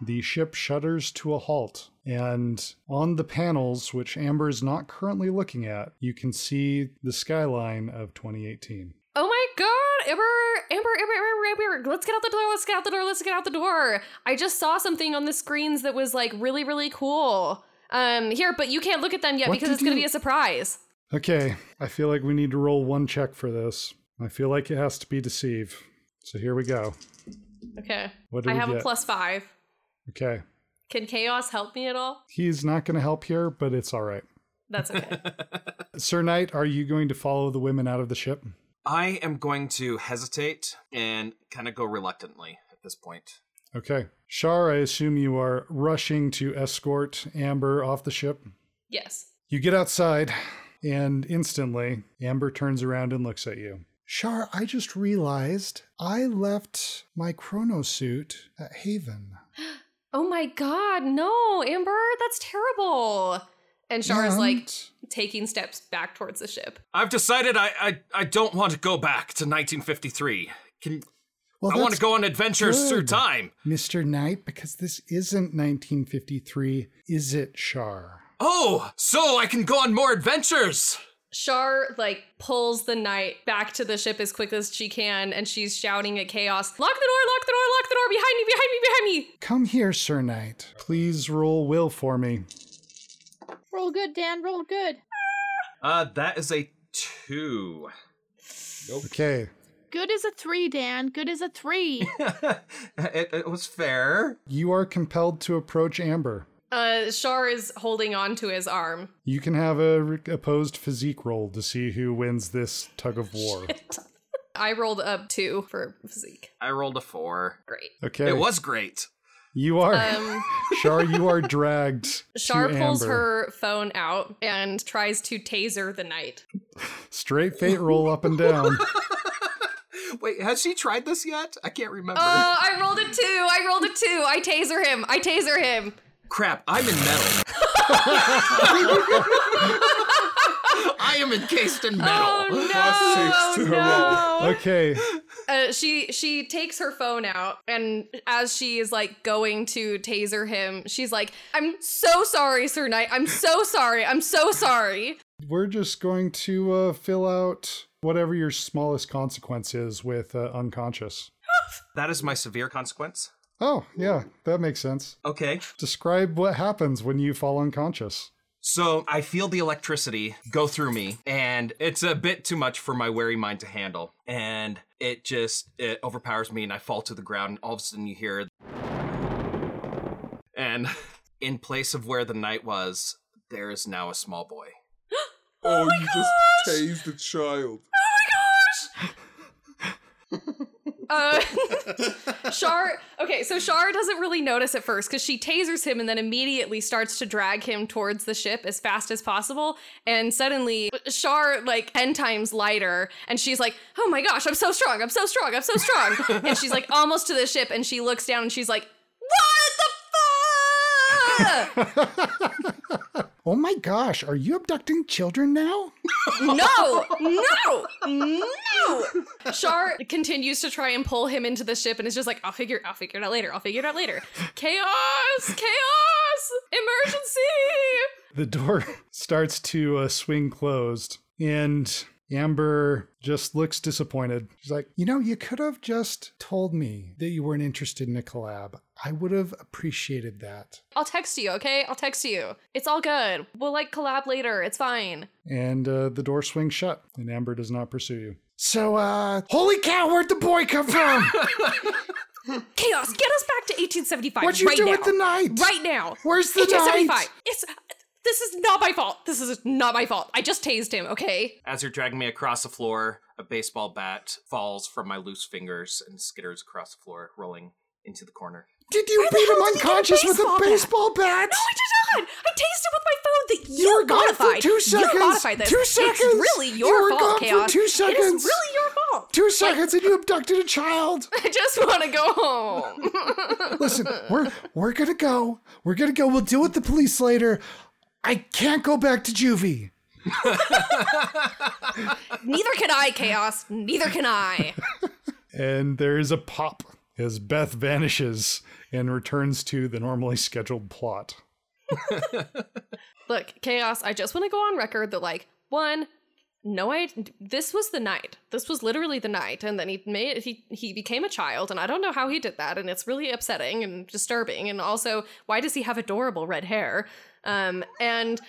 F: the ship shudders to a halt, and on the panels, which Amber is not currently looking at, you can see the skyline of 2018.
C: Oh my God, Amber, Amber, Amber, Amber, Amber, let's get out the door, let's get out the door, let's get out the door. I just saw something on the screens that was like really, really cool. Um, here, but you can't look at them yet
F: What
C: because
F: did
C: it's going to
F: you-
C: be a surprise.
F: Okay, I feel like we need to roll one check for this. I feel like it has to be deceive. So here we go.
C: Okay.
F: What do
C: I
F: we
C: have a
F: get?
C: plus five.
F: Okay.
C: Can chaos help me at all?
F: He's not going to help here, but it's all right.
C: That's okay.
F: <laughs> Sir Knight, are you going to follow the women out of the ship?
H: I am going to hesitate and kind of go reluctantly at this point.
F: Okay. Shar, I assume you are rushing to escort Amber off the ship.
C: yes.
F: You get outside, and instantly, Amber turns around and looks at you. Shar, I just realized I left my chronosuit at Haven.
C: Oh my god, no, Amber, that's terrible. And Shar is like
F: And-
C: taking steps back towards the ship.
H: I've decided I I, I don't want to go back to 1953. Can
F: Well,
H: I want
F: Oh, that's
H: to go on adventures through
F: good.
H: time.
F: Mr. Knight, because this isn't 1953, is it, Shar?
H: Oh, so I can go on more adventures.
C: Shar like pulls the knight back to the ship as quick as she can and she's shouting at chaos, "Lock the door, lock the door, lock the door behind me, behind me, behind me."
F: Come here, Sir Knight. Please roll will for me.
B: Roll good, Dan. Roll good.
H: Uh, that is a two. <laughs>
F: Okay.
B: Good is a three, Dan. Good is a
C: <laughs>
B: three.
H: it, it was fair.
F: You are compelled to approach Amber.
C: Uh Shar is holding on to his arm.
F: You can have a re- opposed physique roll to see who wins this tug of
H: <laughs>
F: war.
C: I rolled up 2 for physique.
H: I rolled a four.
C: Great.
F: Okay.
H: It was great.
F: You are, <laughs>
C: Um
F: Shar, you are dragged.
C: Shar
F: to
C: pulls
F: Amber.
C: her phone out and tries to taser the knight.
L: <laughs>
F: Straight fate roll up and down.
H: Wait, has she tried this yet? I can't remember.
C: Oh, I rolled a two. I rolled a two. I taser him. I taser him.
H: Crap, I'm in metal. I am encased in metal.
L: <laughs>
C: Oh
L: Plus
C: no!
L: six to the roll.
C: <laughs> no.
F: Okay.
C: Uh, she she takes her phone out, and as she is like going to taser him, she's like, "I'm so sorry, Sir Knight. I'm so sorry. I'm so sorry."
F: We're just going to uh, fill out whatever your smallest consequence is with uh, unconscious.
H: That is my severe consequence.
F: Oh, yeah, that makes sense.
H: Okay.
F: Describe what happens when you fall unconscious.
H: So I feel the electricity go through me, and it's a bit too much for my wary mind to handle. And it just it overpowers me, and I fall to the ground. And all of a sudden, you hear, and in place of where the knight was, there is now a small boy.
L: oh, you just tased a child.
C: Oh Uh, <laughs> Shar, okay, so Shar doesn't really notice at first because she tasers him and then immediately starts to drag him towards the ship as fast as possible. And suddenly, Shar, like 10 times lighter, and she's like, oh my gosh, I'm so strong, I'm so strong, I'm so strong. and she's like almost to the ship, and she looks down and she's like, what the fuck?
F: Oh my gosh, are you abducting children <laughs> now?
C: no, no, no.
F: <laughs>
C: Shar continues to try and pull him into the ship and is just like, I'll figure I'll figure it out later. I'll figure it out later. Chaos! Chaos! Emergency!
E: The door starts to uh, swing closed, and Amber just looks disappointed.
F: She's like, you know, you could have just told me that you weren't interested in a collab. I would have appreciated that.
C: I'll text you, okay? I'll text you. It's all good. We'll like collab later. It's fine.
E: And uh, the door swings shut, and Amber does not pursue you.
F: So, uh, holy cow, where'd the boy
C: <laughs>
F: come from?
C: Chaos, get us back to 1875
F: What'd you
C: right
F: do
C: now.
F: with the knife?
C: Right now.
F: Where's the
C: 1875.
F: knife?
C: It's this is not my fault. This is not my fault. I just tased him, okay?
H: As you're dragging me across the floor, a baseball bat falls from my loose fingers and skitters across the floor, rolling into the corner.
F: Did you
C: Where the
F: beat
C: hell
F: him
C: did you get a
F: unconscious with
C: baseball
F: a
C: bat?
F: baseball bat?
C: No, I did not. I tased him with my phone that you,
F: You were gone for
C: modified.
F: two
C: You
F: seconds.
C: modified this.
F: Two
C: It's
F: seconds.
C: really
F: You
C: your
F: were
C: fault,
F: gone for
C: Chaos.
F: two
C: It is
F: seconds.
C: really your fault.
F: Two seconds and you abducted a child.
C: <laughs> I just want to go home.
F: Listen, we're we're gonna go. We're gonna go. We'll deal with the police later. I can't go back to juvie.
C: Neither can I, Chaos. Neither can
F: <laughs>
C: I.
E: And there is a pop as Beth vanishes and returns to the normally scheduled plot.
C: Look, Chaos, I just want to go on record that, like, one, no, I. This was the night. This was literally the night, and then he made he he became a child, and I don't know how he did that, and it's really upsetting and disturbing, and also, why does he have adorable red hair? Um, and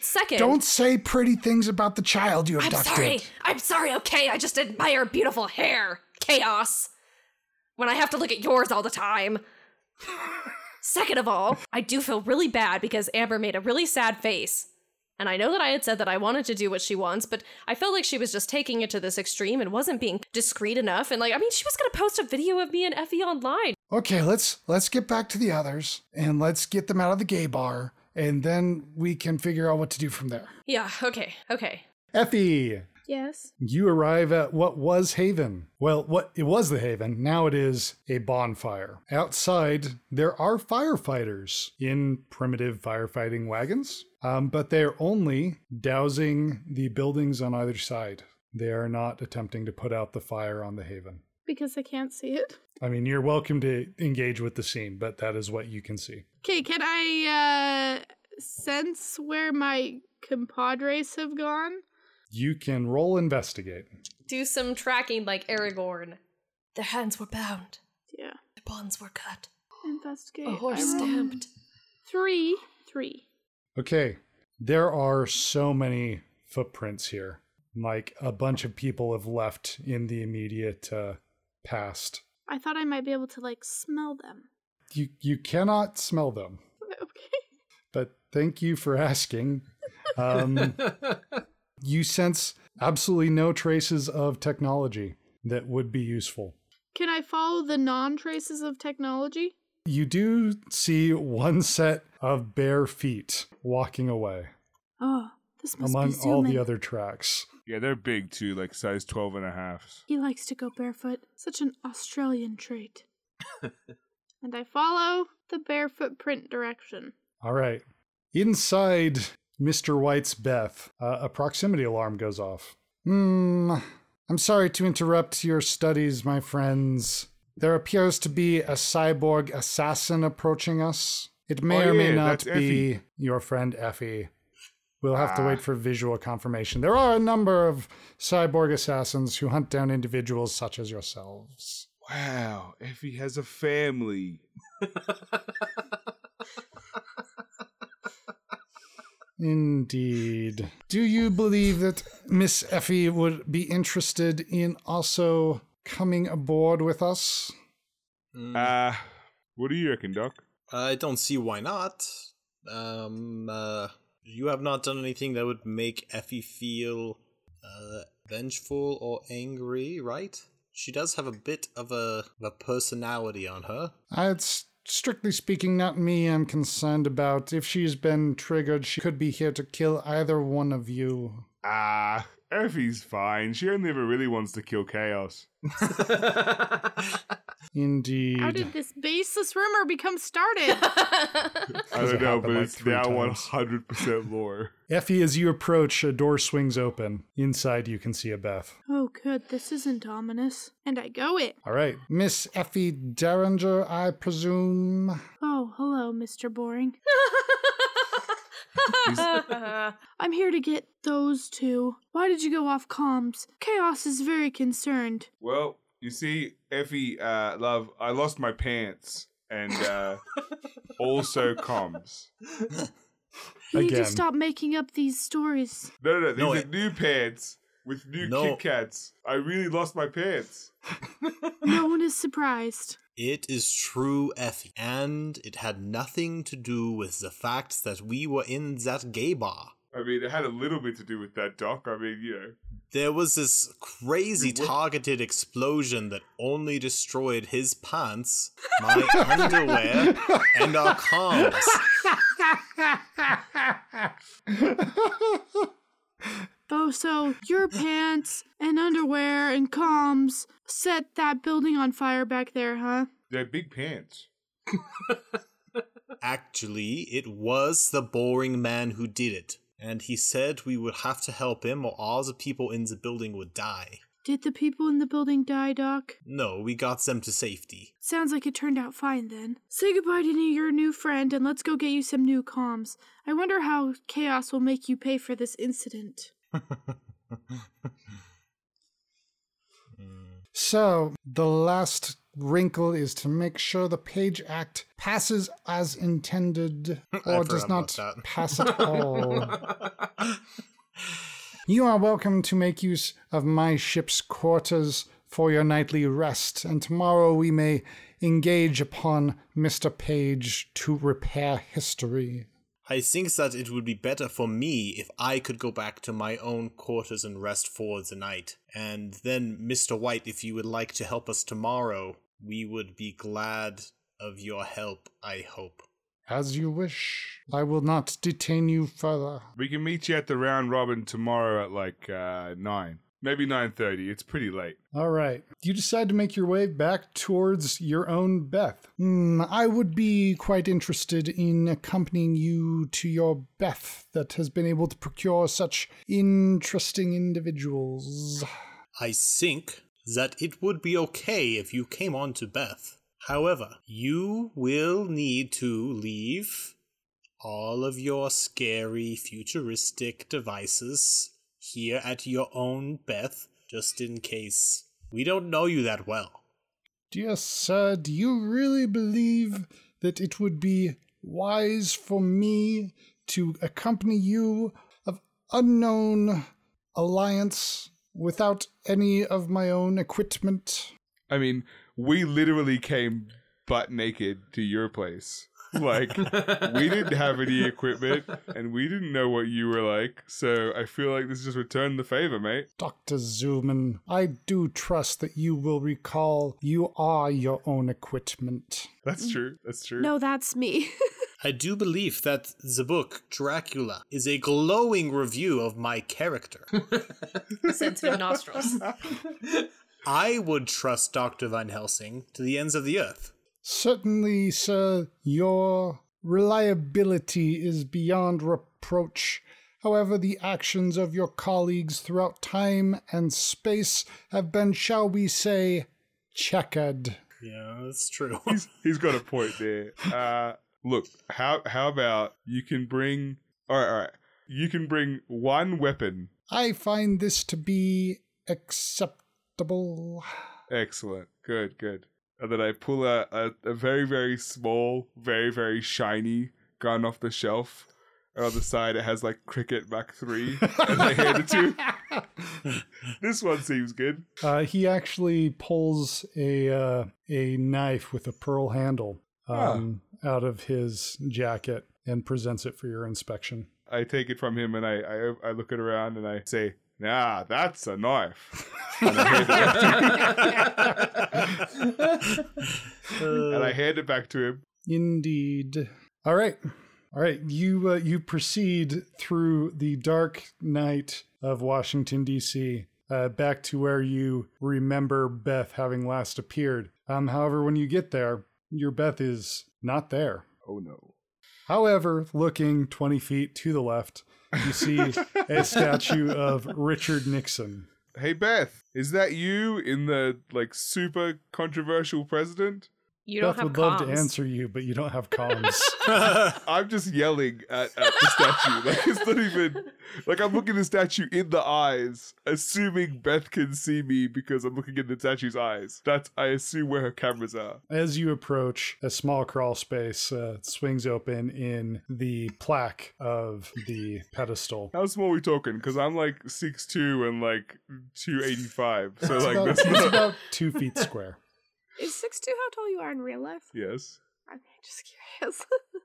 C: second,
F: Don't say pretty things about the child you
C: I'm
F: abducted.
C: sorry. I'm sorry. Okay, I just admire beautiful hair. Chaos. When I have to look at yours all the time. Second of all, I do feel really bad because Amber made a really sad face. And I know that I had said that I wanted to do what she wants, but I felt like she was just taking it to this extreme and wasn't being discreet enough. And like, I mean, she was going to post a video of me and Effie online.
F: Okay, let's let's get back to the others and let's get them out of the gay bar and then we can figure out what to do from there.
C: Yeah, okay, okay.
E: Effie,
B: Yes.
E: you arrive at what was Haven. Well, what it was the Haven, now it is a bonfire. Outside, there are firefighters in primitive firefighting wagons, um, but they're only dousing the buildings on either side. They are not attempting to put out the fire on the Haven.
B: Because I can't see it.
E: I mean, you're welcome to engage with the scene, but that is what you can see.
B: Okay, can I uh sense where my compadres have gone?
E: You can roll investigate.
C: Do some tracking like Aragorn. Their hands were bound,
B: Yeah.
C: their bonds were cut,
B: Investigate.
C: a horse
B: I rolled
C: stamped.
B: Three. Three.
E: Okay, there are so many footprints here. Like a bunch of people have left in the immediate uh, past.
B: I thought I might be able to like smell them. <laughs>
E: You you cannot smell them,
B: Okay.
E: but thank you for <laughs> asking. Um, you sense absolutely no traces of technology that would be useful.
B: Can I follow the non traces of technology?
E: You do see one set of bare feet walking away
B: Oh, this must
E: among
B: be Zoomin.
E: all the other tracks.
D: Yeah, they're big too, like size 12 and a half.
B: He likes to go barefoot. Such an Australian
E: <laughs>
B: trait. and I follow the barefoot print direction.
E: All right. Inside Mr. White's Beth, uh, a proximity alarm goes off.
F: Hmm. I'm sorry to interrupt your studies, my friends. There appears to be a cyborg assassin approaching us. It may
D: Oh,
F: or may
D: yeah,
F: not
D: that's
F: be
D: Effie.
F: your friend Effie. We'll have to
D: Ah.
F: wait for visual confirmation. There are a number of cyborg assassins who hunt down individuals such as yourselves.
D: Wow, Effie has a family.
F: Indeed. Do you believe that Miss Effie would be interested in also coming aboard with us?
D: Uh, what do you reckon, Doc?
G: I don't see why not. Um, uh, you have not done anything that would make Effie feel uh, vengeful or angry, right? She does have a bit of a, of a personality on her.
F: Uh, It's strictly speaking not me I'm concerned about. If she's been triggered, she could be here to kill either one of you.
E: Ah, Effie's fine. She only ever really wants to
F: <laughs>
E: kill chaos.
F: Indeed.
B: How did this baseless rumor become started?
E: I don't
F: it
E: know,
F: happened
E: but
F: like
E: it's
F: three
E: now
F: times. <laughs>
E: 100% lore.
F: Effie, as you approach, a door swings open. Inside, you can see a Beth.
B: <laughs> oh, good. This isn't ominous. And I go it.
F: All right. Miss Effie Derringer, I presume.
B: Oh, hello, Mr. Boring. I'm here to get those two. Why did you go off comms? Chaos is very concerned.
E: Well, you see, Effie, uh, love, I lost my pants and uh,
F: <laughs>
E: also comms.
B: You need
F: Again.
B: to stop making up these stories.
E: No, no, no. These
G: No,
E: are
G: it-
E: new pants with new
G: No.
E: Kit Kats. I really lost my pants.
B: No one is surprised.
G: It is true, Effie. And it had nothing to do with the fact that we were in that gay bar.
E: I mean, it had a little bit to do with that, Doc. I mean, you know.
G: There was this crazy
E: Wait, what?
G: targeted explosion that only destroyed his
E: <laughs>
G: pants, my underwear, and our comms.
B: Oh, so your pants and underwear and comms set that building on fire back there, huh?
E: They're big pants.
G: Actually, it was the boring man who did it. And he said we would have to help him or all the people in the building would die.
B: Did the people in the building die, Doc?
G: No, we got them to safety.
B: Sounds like it turned out fine then. Say goodbye to your new friend and let's go get you some new comms. I wonder how chaos will make you pay for this incident.
F: <laughs> So, the last wrinkle is to make sure the Page Act passes as
G: <laughs>
F: intended or
G: forgot
F: does
G: about
F: not
G: that.
F: pass
G: <laughs>
F: at all. you are welcome to make use of my ship's quarters for your nightly rest, and tomorrow we may engage upon Mr. Page to repair history.
G: I think that it would be better for me if I could go back to my own quarters and rest for the night. And then, Mr. White, if you would like to help us tomorrow, we would be glad of your help, I hope.
F: As you wish. I will not detain you further.
E: We can meet you at the round robin tomorrow at like uh, nine, maybe nine thirty. It's pretty late.
M: All right. You decide to make your way back towards your own Beth.
F: Hmm, I would be quite interested in accompanying you to your Beth that has been able to procure such interesting individuals.
G: I think that it would be okay if you came on to Beth. However, you will need to leave all of your scary futuristic devices here at your own Beth, just in case. We don't know you that well.
F: Dear sir, do you really believe that it would be wise for me to accompany you of unknown alliance without any of my own equipment?
E: I mean, we literally came butt naked to your place. Like <laughs> we didn't have any equipment, and we didn't know what you were like. So I feel like this is just return the favor, mate.
F: Dr. Zuman, I do trust that you will recall you are your own equipment.
E: That's true. That's true.
B: No, that's me. <laughs>
G: I do believe that the book Dracula is a glowing review of my character.
C: <laughs> Sent to the nostrils.
G: I would trust Dr. Van Helsing to the ends of the earth.
F: Certainly, sir, your reliability is beyond reproach. However, the actions of your colleagues throughout time and space have been, shall we say, checkered.
G: Yeah, that's true.
E: He's got a point there. Uh, look, how how about you can bring all right, all right. You can bring one weapon.
F: I find this to be acceptable.
E: Excellent. Good. Good. And then I pull a, a, a very very small, very very shiny gun off the shelf. And on the side, it has like cricket Mach three. and I hand it to. <laughs>
G: <laughs>
E: you. this one seems good.
M: Uh, he actually pulls a uh, a knife with a pearl handle um, out of his jacket and presents it for your inspection.
E: I take it from him and I I, I look it around and I say, Nah, that's a knife.
F: <laughs>
E: and I hand it back to him.
F: Indeed. All right. All right, you uh, you proceed through the dark night of Washington D.C. Uh, back to where you remember Beth having last appeared. Um, however, when you get there, your Beth is not there.
E: Oh no.
F: However, looking 20 feet to the left, you see a statue
E: <laughs>
F: of Richard Nixon.
E: Hey Beth, is that you in the like super controversial president?
C: You don't
F: Beth
C: have
F: would love to
C: comms.
F: answer you, but you don't have
C: <laughs>
F: comms.
G: Uh,
E: I'm just yelling at, at
N: <laughs>
E: the statue. <laughs> Like it's not even like I'm looking the statue in the eyes, assuming Beth can see me because I'm looking in the statue's eyes. That's I assume where her cameras are.
F: As you approach, a small crawl space uh, swings open in the plaque of the pedestal.
E: How small are we talking? Because I'm like 6'2 and like 285. So
F: It's
E: like
F: about-
E: that's
F: it's
E: not
F: about two feet square.
B: Is six two how tall you are in real life?
E: <laughs> Yes.
B: I'm just curious.
G: <laughs>
B: <laughs>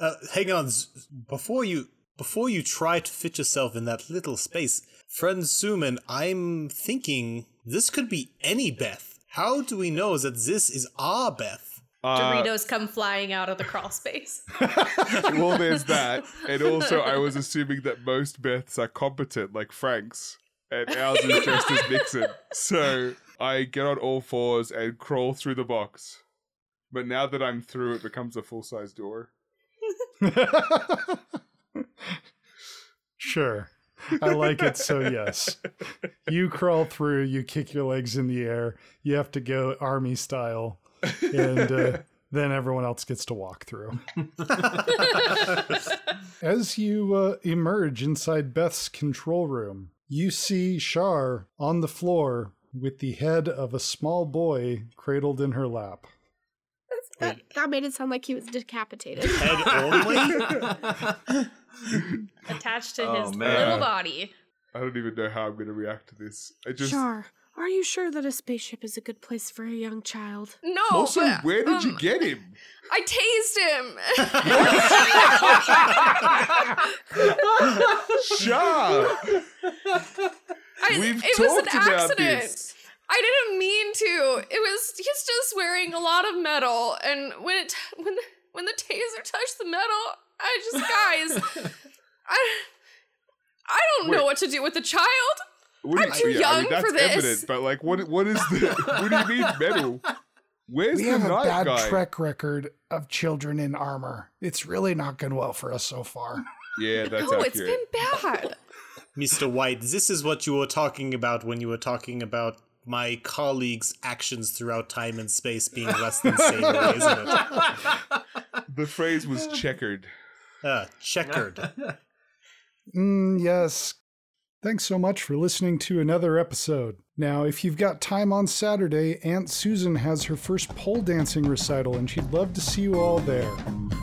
G: Uh, hang on, Z- before you before you try to fit yourself in that little space, friend Suman, I'm thinking this could be any Beth. How do we know that this is our Beth?
E: Uh,
H: Doritos come flying out of the crawl
E: <laughs>
H: space.
E: well, there's that. And also, I was assuming that most Beths are competent, like Frank's, and ours is just as Nixon. So I get on all fours and crawl through the box. But now that I'm through, it becomes a full size door.
F: sure. I like it, so yes. You crawl through, you kick your legs in the air, you have to go army style, and uh, then everyone else gets to walk through. As you uh, emerge inside Beth's control room, you see Shar on the floor with the head of a small boy cradled in her lap.
B: That, that made it sound like he was decapitated.
G: Head
E: <laughs>
G: only?
H: Attached to
N: Oh,
H: his
N: man.
H: little body.
E: I don't even know how I'm going to react to this. I just.
O: Char, are you sure that a spaceship is a good place for a young child?
C: No.
E: Also,
C: but,
E: where did you
C: Oh, um, <laughs>
E: get him?
C: I tased him. <laughs>
E: Sha!
C: I,
E: We've
C: it was an
E: talked about
C: accident.
E: this.
C: I didn't mean to. It was he's just wearing a lot of metal, and when it <laughs> when the, when the taser touched the metal, I just guys, I I don't know
E: Wait.
C: what to do with the child.
E: What
C: I'm
E: do
C: too
E: yeah, I mean,
C: young
E: that's
C: for this.
E: evident, but like, what? What is the? what do you mean
P: <laughs>
E: metal? Where's
P: We
E: the
P: have a
E: knife
P: bad
E: guy?
P: track record of children in armor. It's really not going well for us so far.
E: Yeah, that's
C: No,
E: accurate.
C: it's been bad.
G: Mr. White, this is what you were talking about when you were talking about my colleagues' actions throughout time and space being less than savory, isn't it?
E: <laughs> The phrase was checkered.
G: Uh, checkered.
F: Mm, yes. Thanks so much for listening to another episode. Now, if you've got time on Saturday, Aunt Susan has her first pole dancing recital, and she'd love to see you all there.